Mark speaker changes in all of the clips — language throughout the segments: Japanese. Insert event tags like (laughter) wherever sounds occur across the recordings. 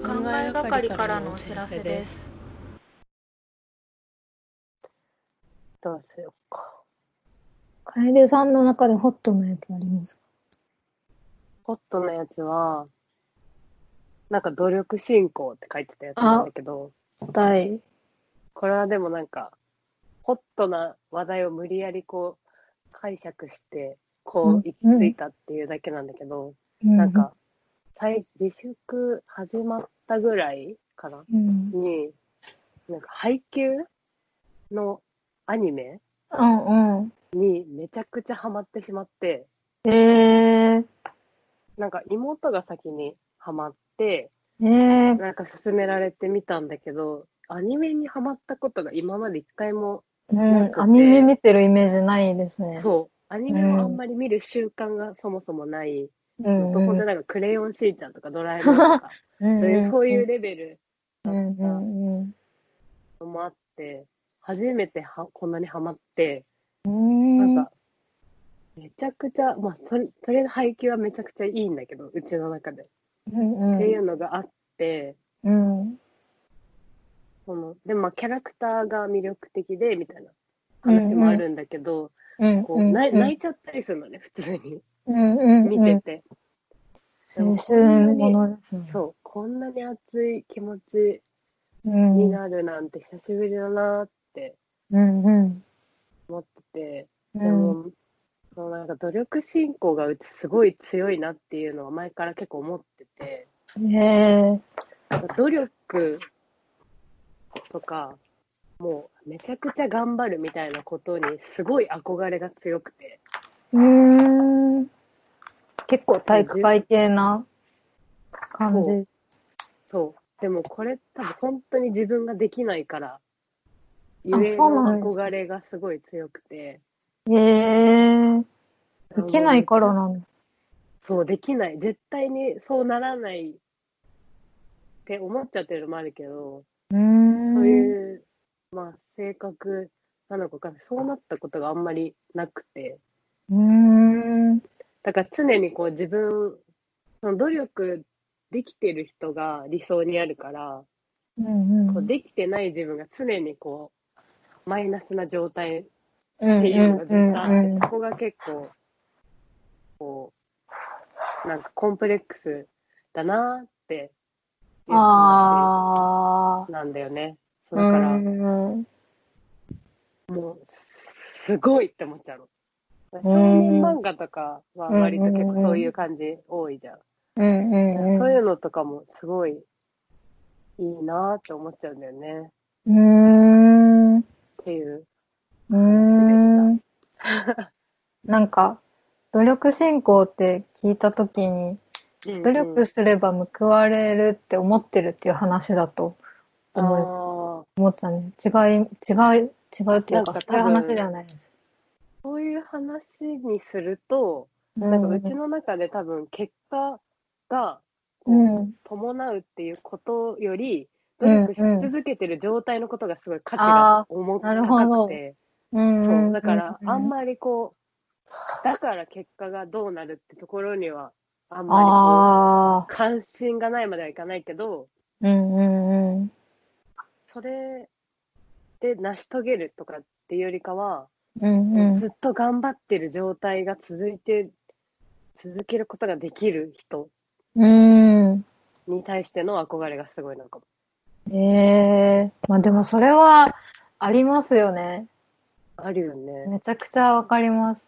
Speaker 1: 考えがかりからのお知らせです
Speaker 2: どうしようか。
Speaker 3: 楓さんの中でホットなやつありますか
Speaker 2: ホットなやつは、なんか努力進行って書いてたやつなんだけど、
Speaker 3: 第
Speaker 2: これはでもなんか、ホットな話題を無理やりこう、解釈して、こう、行き着いたっていうだけなんだけど、なんか、最自粛始まったぐらいかな
Speaker 3: うん
Speaker 2: に、なんか配給のアニメ
Speaker 3: うんうん
Speaker 2: にめちゃくちゃハマってしまって、
Speaker 3: えー、
Speaker 2: なんか妹が先にハマって、
Speaker 3: えー、
Speaker 2: なんか勧められてみたんだけど、アニメにハマったことが今まで一回も、なん
Speaker 3: うん、
Speaker 2: か
Speaker 3: ア
Speaker 2: ね
Speaker 3: ニメ見てるイメージないですね。
Speaker 2: そう、アニメをあんまり見る習慣がそもそもない、
Speaker 3: う
Speaker 2: ほ
Speaker 3: んうんん
Speaker 2: となんかクレヨンしーちゃんとかドラえもんとか、
Speaker 3: (laughs) うん
Speaker 2: そういうそういう
Speaker 3: う
Speaker 2: レベルだ
Speaker 3: ん
Speaker 2: っ
Speaker 3: うんう
Speaker 2: た
Speaker 3: んうん
Speaker 2: のもあって、初めてはこんなにハマって、
Speaker 3: う
Speaker 2: なん
Speaker 3: ん
Speaker 2: か、めちゃくちゃ、まあ、とりとりあえず配給はめちゃくちゃいいんだけど、うちの中で。
Speaker 3: うん
Speaker 2: っていうのがあって、
Speaker 3: うん
Speaker 2: そのでもまあキャラクターが魅力的で、みたいな話もあるんだけど、
Speaker 3: うん
Speaker 2: こう泣い泣いちゃったりするのね、普通に。
Speaker 3: うんうん
Speaker 2: 見てて。
Speaker 3: 青春ものですね。
Speaker 2: そう、こんなに熱い気持ち
Speaker 3: うん
Speaker 2: に
Speaker 3: うん
Speaker 2: なるなんて久しぶりだなって
Speaker 3: うん
Speaker 2: 思って
Speaker 3: う
Speaker 2: て、で
Speaker 3: ん
Speaker 2: も、そのなんか努力進行がうちすごい強いなっていうのは前から結構思ってて、
Speaker 3: え
Speaker 2: 努力とか、もうめちゃくちゃ頑張るみたいなことにすごい憧れが強くて、
Speaker 3: ー、うーん。結構体育会系な感じ。
Speaker 2: そう。でもこれ多分本当に自分ができないから、ゆえ
Speaker 3: そうなん
Speaker 2: の
Speaker 3: ですね
Speaker 2: 憧れがすごい強くて。
Speaker 3: ええー、できないから
Speaker 2: な。
Speaker 3: なんだ。
Speaker 2: そう、できない。絶対にそうならないって思っちゃってるのもあるけど、
Speaker 3: うーん。
Speaker 2: そういう、まあ、性格なのかわかんないそうなったことがあんまりなくて。
Speaker 3: うーん。
Speaker 2: だから常にこう自分、その努力できてる人が理想にあるから、
Speaker 3: うんうん。
Speaker 2: こうできてない自分が常にこう、マイナスな状態
Speaker 3: うん
Speaker 2: っていうのがずっとあって、
Speaker 3: うん
Speaker 2: そこが結構、こう、なんかコンプレックスだなーっていう話
Speaker 3: ああ。
Speaker 2: なんだよね。そう
Speaker 3: う
Speaker 2: だから、
Speaker 3: ん
Speaker 2: もう、すごいって思っちゃうの。少年漫画とかは割と結構そういう感じ多いじゃん。
Speaker 3: うんうん。
Speaker 2: そういうのとかもすごいいいなーって思っちゃうんだよね。
Speaker 3: うーん。う
Speaker 2: っていう。
Speaker 3: ーん。なんか、努力進行って聞いたときに、努力すれば報われるって思ってるっていう話だと思います
Speaker 2: 思
Speaker 3: 思ったね。違い、違い、違うっていう
Speaker 2: なん
Speaker 3: か、
Speaker 2: か
Speaker 3: そうい
Speaker 2: 多
Speaker 3: う
Speaker 2: 分
Speaker 3: 話じゃないです。
Speaker 2: そういう話にすると、
Speaker 3: な
Speaker 2: なんかうちの中で多分結果が
Speaker 3: うん。
Speaker 2: 伴うっていうことより努力し続けてる状態のことがすごい価値
Speaker 3: うんう
Speaker 2: が重
Speaker 3: ん
Speaker 2: く
Speaker 3: あーなるほど
Speaker 2: 高くて、
Speaker 3: うん
Speaker 2: そうだからあん
Speaker 3: り
Speaker 2: まりこうだから結果がどうなるってところにはあんまりこ
Speaker 3: ああ
Speaker 2: う関心がないまではいかないけど
Speaker 3: うんうんうん
Speaker 2: それで成し遂げるとかっていうよりかは、
Speaker 3: うんうん
Speaker 2: ずっと頑張ってる状態が続いて続けることができる人
Speaker 3: うん
Speaker 2: に対しての憧れがすごいなんかも。
Speaker 3: ええまあでもそれはありますよね
Speaker 2: あるよね。
Speaker 3: めちゃくちゃわかります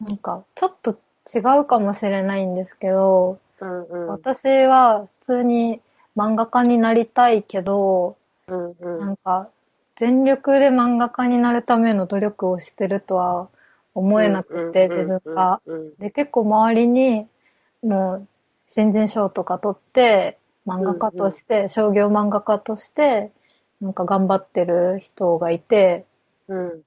Speaker 3: なんかちょっと違うかもしれないんですけど
Speaker 2: うんうん。
Speaker 3: 私は普通に漫画家になりたいけど
Speaker 2: うんう。
Speaker 3: なんんか全力で漫画家になるための努力をしてるとは思えなくて
Speaker 2: うんうんうんうん
Speaker 3: 自分が。
Speaker 2: うん
Speaker 3: で、結構周りに、もう、新人賞とか取って、漫画家として、商業漫画家として、なんか頑張ってる人がいて、
Speaker 2: うん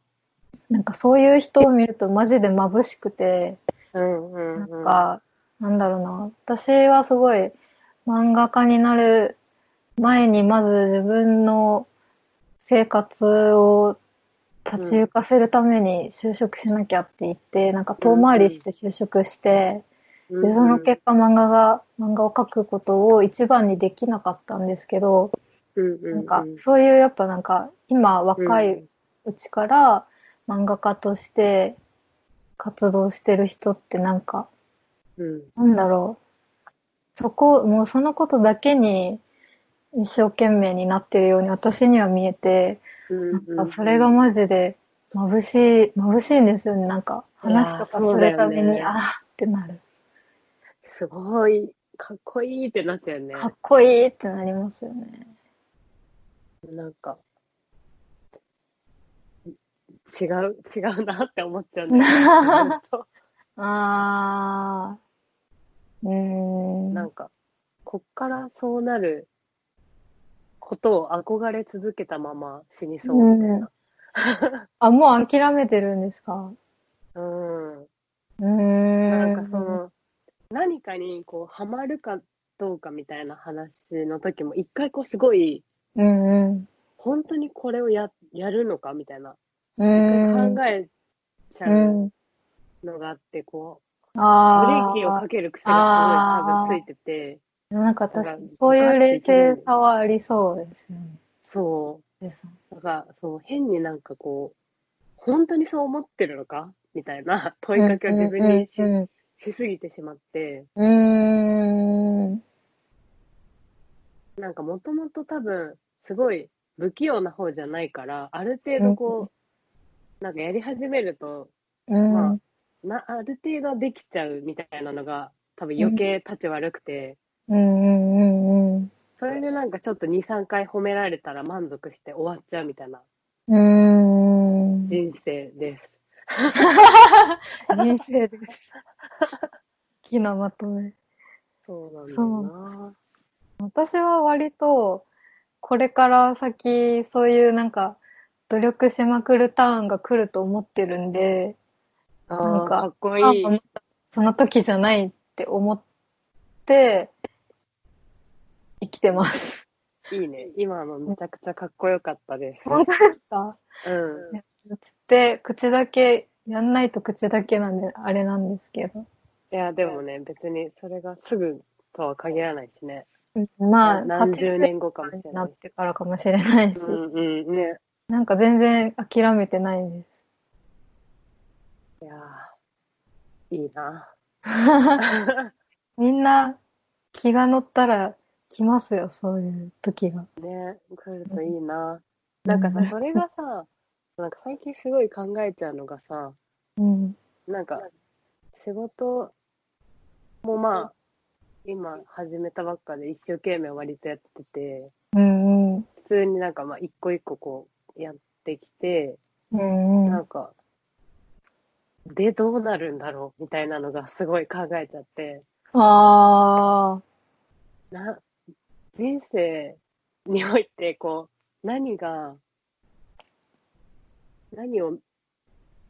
Speaker 3: なんかそういう人を見るとマジで眩しくて、
Speaker 2: うんうん。
Speaker 3: なんか、なんだろうな、私はすごい漫画家になる前にまず自分の生活を立ち行かせるために就職しなきゃって言って、なんか遠回りして就職して、
Speaker 2: うん
Speaker 3: で、その結果漫画が、漫画を描くことを一番にできなかったんですけど、
Speaker 2: うんうんう
Speaker 3: なんか、そういうやっぱなんか、今若い、うちから漫画家として活動してる人ってなんか、
Speaker 2: うん
Speaker 3: なんだろう。そこ、もうそのことだけに一生懸命になってるように私には見えて、
Speaker 2: うんうん
Speaker 3: なんかそれがマジで眩しい、眩しいんですよね。なんか話とか
Speaker 2: いやー
Speaker 3: するため
Speaker 2: そうだよ
Speaker 3: に、
Speaker 2: ね
Speaker 3: あーってなる。
Speaker 2: すごいかっこいいってなっちゃうよね
Speaker 3: かっこいいってなりますよね。
Speaker 2: なんか違う違うなって思っちゃうね
Speaker 3: (laughs)
Speaker 2: ほ
Speaker 3: あ
Speaker 2: んと
Speaker 3: あー。うーん。
Speaker 2: なんかこっからそうなることを憧れ続けたまま死にそうみたいな
Speaker 3: あ、もう諦めてるんですか
Speaker 2: うん、
Speaker 3: うーん。
Speaker 2: なんかその何かにこうハマるかどうかみたいな話の時も一回こうすごい
Speaker 3: うんうん。
Speaker 2: 本当にこれをややるのかみたいな一
Speaker 3: うー
Speaker 2: 回
Speaker 3: ん
Speaker 2: 考えちゃ
Speaker 3: う。
Speaker 2: うんのがあって、こうブレ
Speaker 3: あ
Speaker 2: ーキを
Speaker 3: あ
Speaker 2: か。ける癖がすごい多
Speaker 3: あー
Speaker 2: 分ついてて
Speaker 3: なんか確
Speaker 2: な
Speaker 3: か
Speaker 2: んか
Speaker 3: に、そういう冷静さはありそうですよね。
Speaker 2: そ
Speaker 3: です
Speaker 2: うだからそう変になんかこう本当にそう思ってるのかみたいな (laughs) 問いかけを自分にし,、
Speaker 3: うん
Speaker 2: しすぎてしまって
Speaker 3: うんうん。う
Speaker 2: なんかもともと多分すごい不器用な方じゃないからある程度こうなんかやり始めると
Speaker 3: ーん。
Speaker 2: まなある程度はできちゃうみたいなのが多分余計立ち悪くて、
Speaker 3: うんうんうんうん。
Speaker 2: それでなんかちょっと23回褒められたら満足して終わっちゃうみたいな
Speaker 3: うー (laughs) ん。
Speaker 2: 人生です。
Speaker 3: 人生です。 (laughs) 大きなまとめ。
Speaker 2: そうなんだ
Speaker 3: そ
Speaker 2: よ
Speaker 3: う
Speaker 2: な。
Speaker 3: 私は割と、これから先、そういうなんか、努力しまくるターンが来ると思ってるんで、
Speaker 2: あ
Speaker 3: な
Speaker 2: ー
Speaker 3: んか
Speaker 2: かっこい
Speaker 3: あ
Speaker 2: い。
Speaker 3: その時じゃないって思って、生きてます。
Speaker 2: (laughs) いいね。今のめちゃくちゃかっこよかったです。
Speaker 3: 本当ですか
Speaker 2: うん。
Speaker 3: で、口だけ、やんないと口だけなんで、あれなんですけど。
Speaker 2: いや、でもね、別にそれがすぐとは限らないしね。
Speaker 3: まあ、
Speaker 2: 何十年後かもし
Speaker 3: 80
Speaker 2: れ
Speaker 3: にな
Speaker 2: ない
Speaker 3: っ。てからかもしれないし、
Speaker 2: うんうんね。
Speaker 3: なんか全然諦めてないです。
Speaker 2: いやーいいな。
Speaker 3: みんな気が乗ったら来ますよ、そういう時が。
Speaker 2: ね、来るといいな。なんかさ、それがさ、なんか最近すごい考えちゃうのがさ、
Speaker 3: うん。
Speaker 2: なんか、仕事もまあ、今始めたばっかで一生懸命割とやってて、
Speaker 3: うんうん。
Speaker 2: 普通になんかまあ一個一個こうやってきて、
Speaker 3: うんう。
Speaker 2: なんんか、で、どうなるんだろうみたいなのがすごい考えちゃって、
Speaker 3: あ
Speaker 2: な、人生においてこう、何が、何を、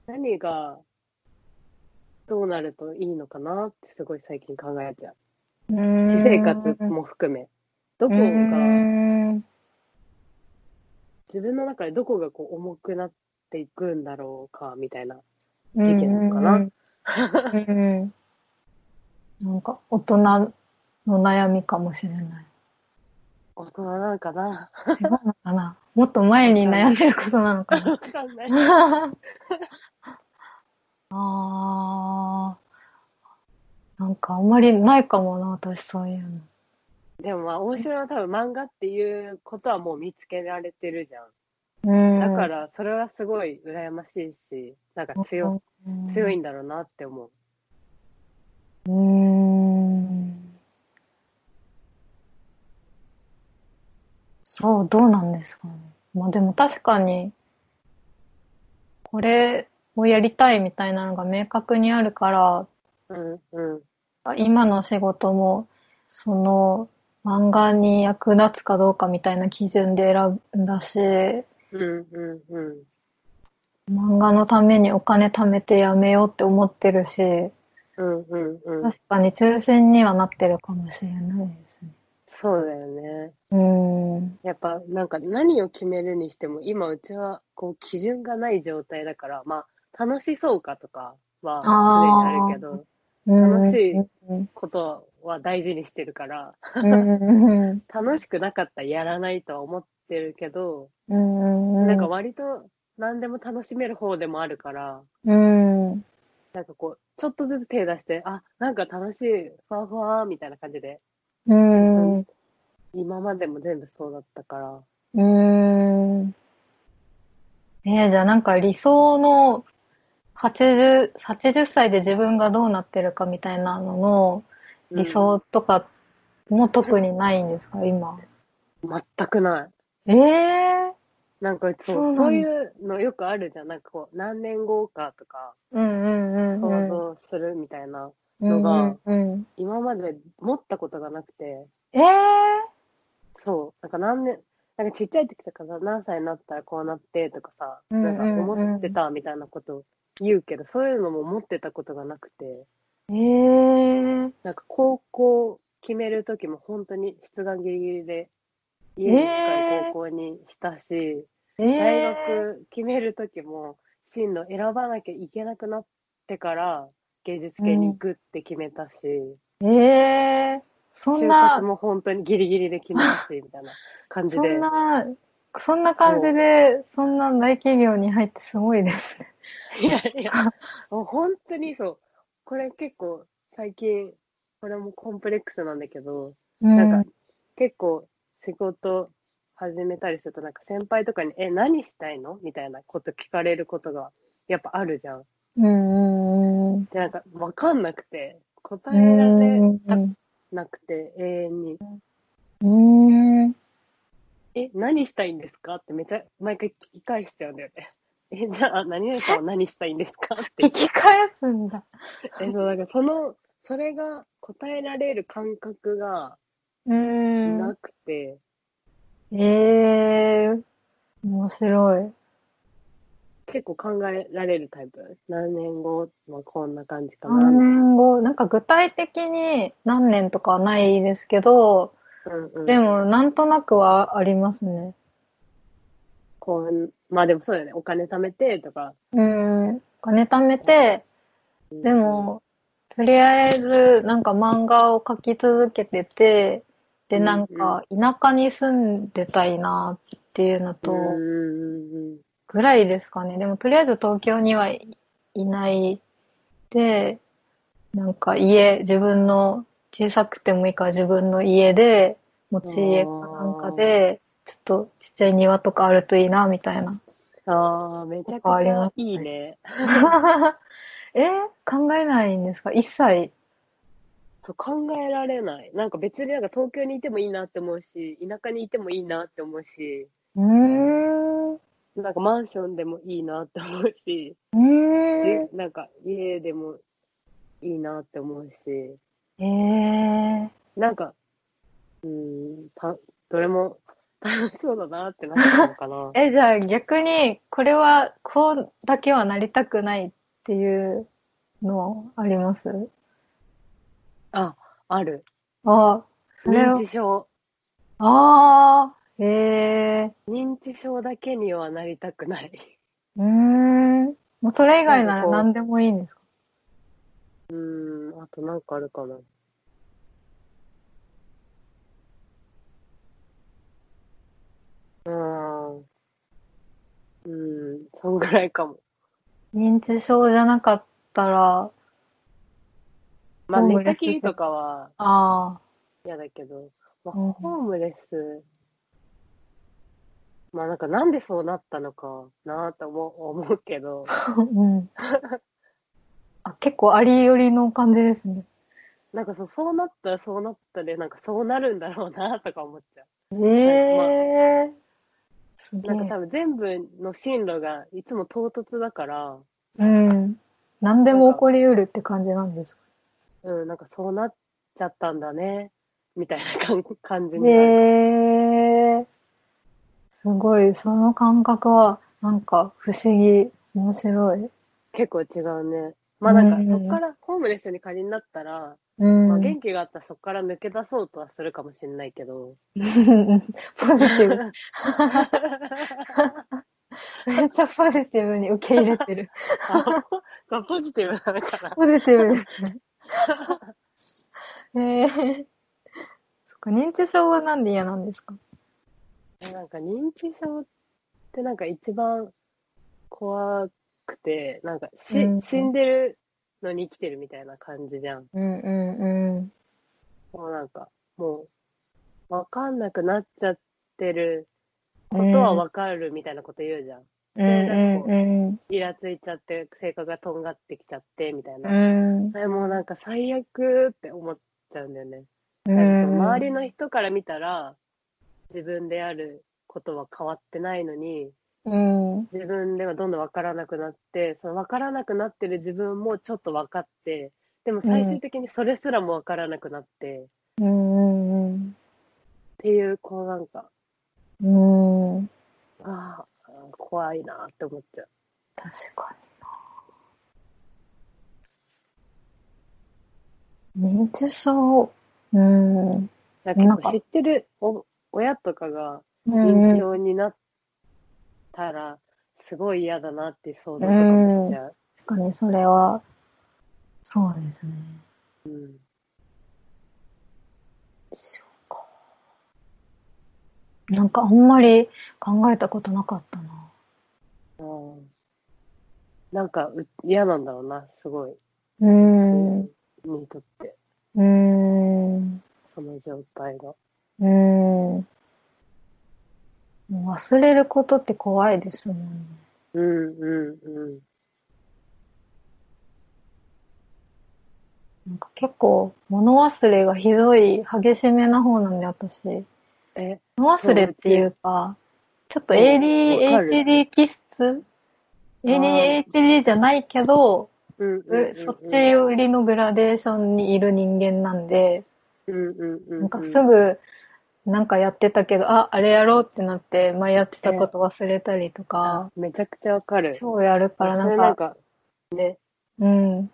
Speaker 2: 何が、どうなるといいのかなってすごい最近考えちゃう。
Speaker 3: ー。うん
Speaker 2: 私生活も含め。どこ
Speaker 3: う
Speaker 2: が、
Speaker 3: ん
Speaker 2: 自分の中でどこがこう重くなっていくんだろうか、みたいな。
Speaker 3: 事
Speaker 2: 事件なのかな
Speaker 3: うんうん、なんか大人の悩みかもしれない。
Speaker 2: 大人なんか
Speaker 3: (laughs)
Speaker 2: な
Speaker 3: 違うのかなもっと前に悩んでることなのか
Speaker 2: わかんない。
Speaker 3: な (laughs) あーなんかあんまりないかもな、私そういうの。
Speaker 2: でもまあ、大城は多分漫画っていうことはもう見つけられてるじゃん。
Speaker 3: うん、
Speaker 2: だから、それはすごい羨ましいし、なんか強、
Speaker 3: うん
Speaker 2: 強いんだろうなって思う。
Speaker 3: うん。そう、どうなんですかね。まあでも確かに、これをやりたいみたいなのが明確にあるから、
Speaker 2: うん、うん、
Speaker 3: 今の仕事も、その、漫画に役立つかどうかみたいな基準で選んだし、
Speaker 2: うん、うん、うん。
Speaker 3: 漫画のためにお金貯めてやめようって思ってるし、
Speaker 2: うん、うん、うん。
Speaker 3: 確かに中心にはなってるかもしれないですね。
Speaker 2: そうだよね。
Speaker 3: うん。
Speaker 2: やっぱ、なんか何を決めるにしても、今うちは、こう、基準がない状態だから、まあ、楽しそうかとかは、常にあるけど、楽しいことは大事にしてるから、楽しくなかったらやらないとは思ってるけど、なんか割と何でも楽しめる方でもあるから、
Speaker 3: うん
Speaker 2: なんかこう、ちょっとずつ手出して、あ、なんか楽しい、ふわふわみたいな感じで、
Speaker 3: うん、
Speaker 2: 今までも全部そうだったから。
Speaker 3: うん。えー、じゃあなんか理想の80、80歳で自分がどうなってるかみたいなのの理想とかも特にないんですか、うん、今。。
Speaker 2: 全くない
Speaker 3: ええー
Speaker 2: なんかそうそういうのよくあるじゃん。なんかこう、何年後かとか、
Speaker 3: 想
Speaker 2: 像するみたいなのが、今まで持ったことがなくて。
Speaker 3: ええ
Speaker 2: ー、そう。なんか何年、なんかちっちゃい時とかさ、何歳になったらこうなってとかさ、なんか思ってたみたいなこと言うけど、そういうのも持ってたことがなくて。
Speaker 3: ええー、
Speaker 2: なんか高校決める時も本当に出願ギリギリで、家に近い高校にしたし、えー
Speaker 3: えー、
Speaker 2: 大学決める時も進路選ばなきゃいけなくなってから芸術系に行くって決めたし、
Speaker 3: うん、えー、そんな
Speaker 2: 就活も本当にギリギリで決めた
Speaker 3: (laughs)
Speaker 2: しみたいな感じでそ
Speaker 3: んなそんな感じでそんな大企業に入ってすごいですね
Speaker 2: いやいやもう本当にそうこれ結構最近これもコンプレックスなんだけど、うん、なんか結構仕事始めたりするとなんか先輩とかに「え何したいの?」みたいなこと聞かれることがやっぱあるじゃん。
Speaker 3: うん
Speaker 2: でなんか分かんなくて答えられなくて永遠に。
Speaker 3: うん
Speaker 2: え何したいんですかってめちゃ毎回聞き返しちゃうんだよね。 (laughs) えじゃあ何々さんは何したいんですかって。
Speaker 3: 聞き返すんだ。
Speaker 2: えそうなんかそのそれが答えられる感覚が
Speaker 3: うん
Speaker 2: なくて。
Speaker 3: ええー、面白い。
Speaker 2: 結構考えられるタイプ。何年後はこんな感じかな。
Speaker 3: 何年後、なんか具体的に何年とかはないですけど、
Speaker 2: うんうん、
Speaker 3: でもなんとなくはありますね。
Speaker 2: こう、まあでもそうだよね。お金貯めてとか。
Speaker 3: うん、お金貯めて、うん、でも、とりあえずなんか漫画を描き続けてて、で、なんか、田舎に住んでたいなっていうのと、ぐらいですかね。でも、とりあえず東京にはいない。で、なんか家、自分の、小さくてもいいから自分の家で、持ち家かなんかで、ちょっとちっちゃい庭とかあるといいな、みたいな。 (laughs)
Speaker 2: ああ、めちゃくちゃいいね。
Speaker 3: え考えないんですか一切。
Speaker 2: そう考えられない。なんか別になんか東京にいてもいいなって思うし、田舎にいてもいいなって思うし、
Speaker 3: うーん
Speaker 2: なんかマンションでもいいなって思うし、
Speaker 3: うー
Speaker 2: なんか家でもいいなって思うし、
Speaker 3: えー、
Speaker 2: なんか、うん、た、どれも楽しそうだなってなったのかな。
Speaker 3: (laughs) え、じゃあ逆に、これは、こうだけはなりたくないっていうのあります
Speaker 2: あ、ある。
Speaker 3: あ、
Speaker 2: それ認知症。
Speaker 3: ああ、へえ。
Speaker 2: 認知症だけにはなりたくない。
Speaker 3: うん。もうそれ以外なら何でもいいんですか
Speaker 2: うん、あとなんかあるかな。うん、うん、そんぐらいかも。
Speaker 3: 認知症じゃなかったら、
Speaker 2: まあ、寝たきりとかは
Speaker 3: あ
Speaker 2: 嫌だけど、まあ、ホームレス、うん、まあなんかなんでそうなったのかなと思思うけど、
Speaker 3: うん、あ結構ありよりの感じですね。
Speaker 2: なんかそうそうなったらそうなったで、なんかそうなるんだろうなとか思っちゃ
Speaker 3: う。ええ
Speaker 2: ー、なんか、まあ、なんか多分全部の進路がいつも唐突だから、
Speaker 3: うん。何でも起こりうるって感じなんですか
Speaker 2: うん、なんかそうなっちゃったんだね、みたいな感 (laughs) 感じ
Speaker 3: にへえー、すごい、その感覚は、なんか不思議、面白い。
Speaker 2: 結構違うね。まあなんか、そっからホームレスに仮になったら、
Speaker 3: うん、まあ
Speaker 2: 元気があったらそっから抜け出そうとはするかもしれないけど。 (laughs)
Speaker 3: (laughs) ポジティ (laughs) ブ。めっちゃポジティブに受け入れてる。
Speaker 2: ポジティブなのかな。
Speaker 3: ポジティブですね。え (laughs) ー、そっか、認知症はなんで嫌なんですか
Speaker 2: なんか認知症ってなんか一番怖くて、なんかし、
Speaker 3: うんうん
Speaker 2: 死んでるのに生きてるみたいな感じじゃん。
Speaker 3: うんうんうん。
Speaker 2: もうなんか、もう、わかんなくなっちゃってることはわかるみたいなこと言うじゃん。
Speaker 3: うんうんうん。
Speaker 2: イラついちゃって、性格がとんがってきちゃって、みたいな。
Speaker 3: うん
Speaker 2: あれもうなんか最悪って思っちゃうんだよね。
Speaker 3: う
Speaker 2: なんかそ
Speaker 3: ん。
Speaker 2: の周りの人から見たら、自分であることは変わってないのに、
Speaker 3: うん。
Speaker 2: 自分ではどんどん分からなくなってその分からなくなってる自分もちょっと分かってでも最終的にそれすらも分からなくなって、っ
Speaker 3: うんうん
Speaker 2: ていうこうなんか
Speaker 3: うん。うん。
Speaker 2: ああ怖いなって思っちゃう
Speaker 3: 確かにな。認知症。うん。うん
Speaker 2: なん
Speaker 3: なん
Speaker 2: か
Speaker 3: か
Speaker 2: 知ってるお親とかが
Speaker 3: う
Speaker 2: 認知
Speaker 3: ん。
Speaker 2: 症になったらすごい嫌だなって想像とかもしちゃう、
Speaker 3: 確かにそれは、そうですね。
Speaker 2: うん、
Speaker 3: そうか。なんかあんまり考えたことなかったな。
Speaker 2: うんなんかう嫌なんだろうなすごい、
Speaker 3: うーん。う
Speaker 2: にとって
Speaker 3: ーん。
Speaker 2: その状態が
Speaker 3: うーん。忘れることって怖いですもんね。
Speaker 2: うんうんうん
Speaker 3: なんか結構物忘れがひどい激しめな方なんで私。
Speaker 2: え
Speaker 3: 物忘れっていうか、ちょっと ADHD 気質
Speaker 2: んわかる
Speaker 3: ?ADHD じゃないけど、
Speaker 2: うんうんうんうん
Speaker 3: そっち寄りのグラデーションにいる人間なんで、
Speaker 2: うんうんうんうん、
Speaker 3: なんかすぐ、なんかやってたけど、あ、あれやろうってなって、前やってたこと忘れたりとか、
Speaker 2: めちゃくちゃわかる。
Speaker 3: 超やるからな
Speaker 2: それ
Speaker 3: ん
Speaker 2: なん
Speaker 3: か、
Speaker 2: か、ね、
Speaker 3: うん。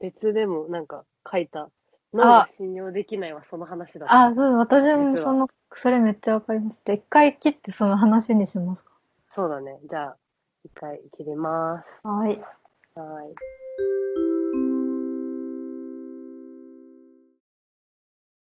Speaker 2: 別でもなんか書いた。脳
Speaker 3: あ
Speaker 2: が信用できないはその話だった。
Speaker 3: あ、そう、私もその、それめっちゃわかりました。一回切ってその話にしますか。
Speaker 2: そうだね。じゃあ、一回切ります。
Speaker 3: はい。
Speaker 2: はーい。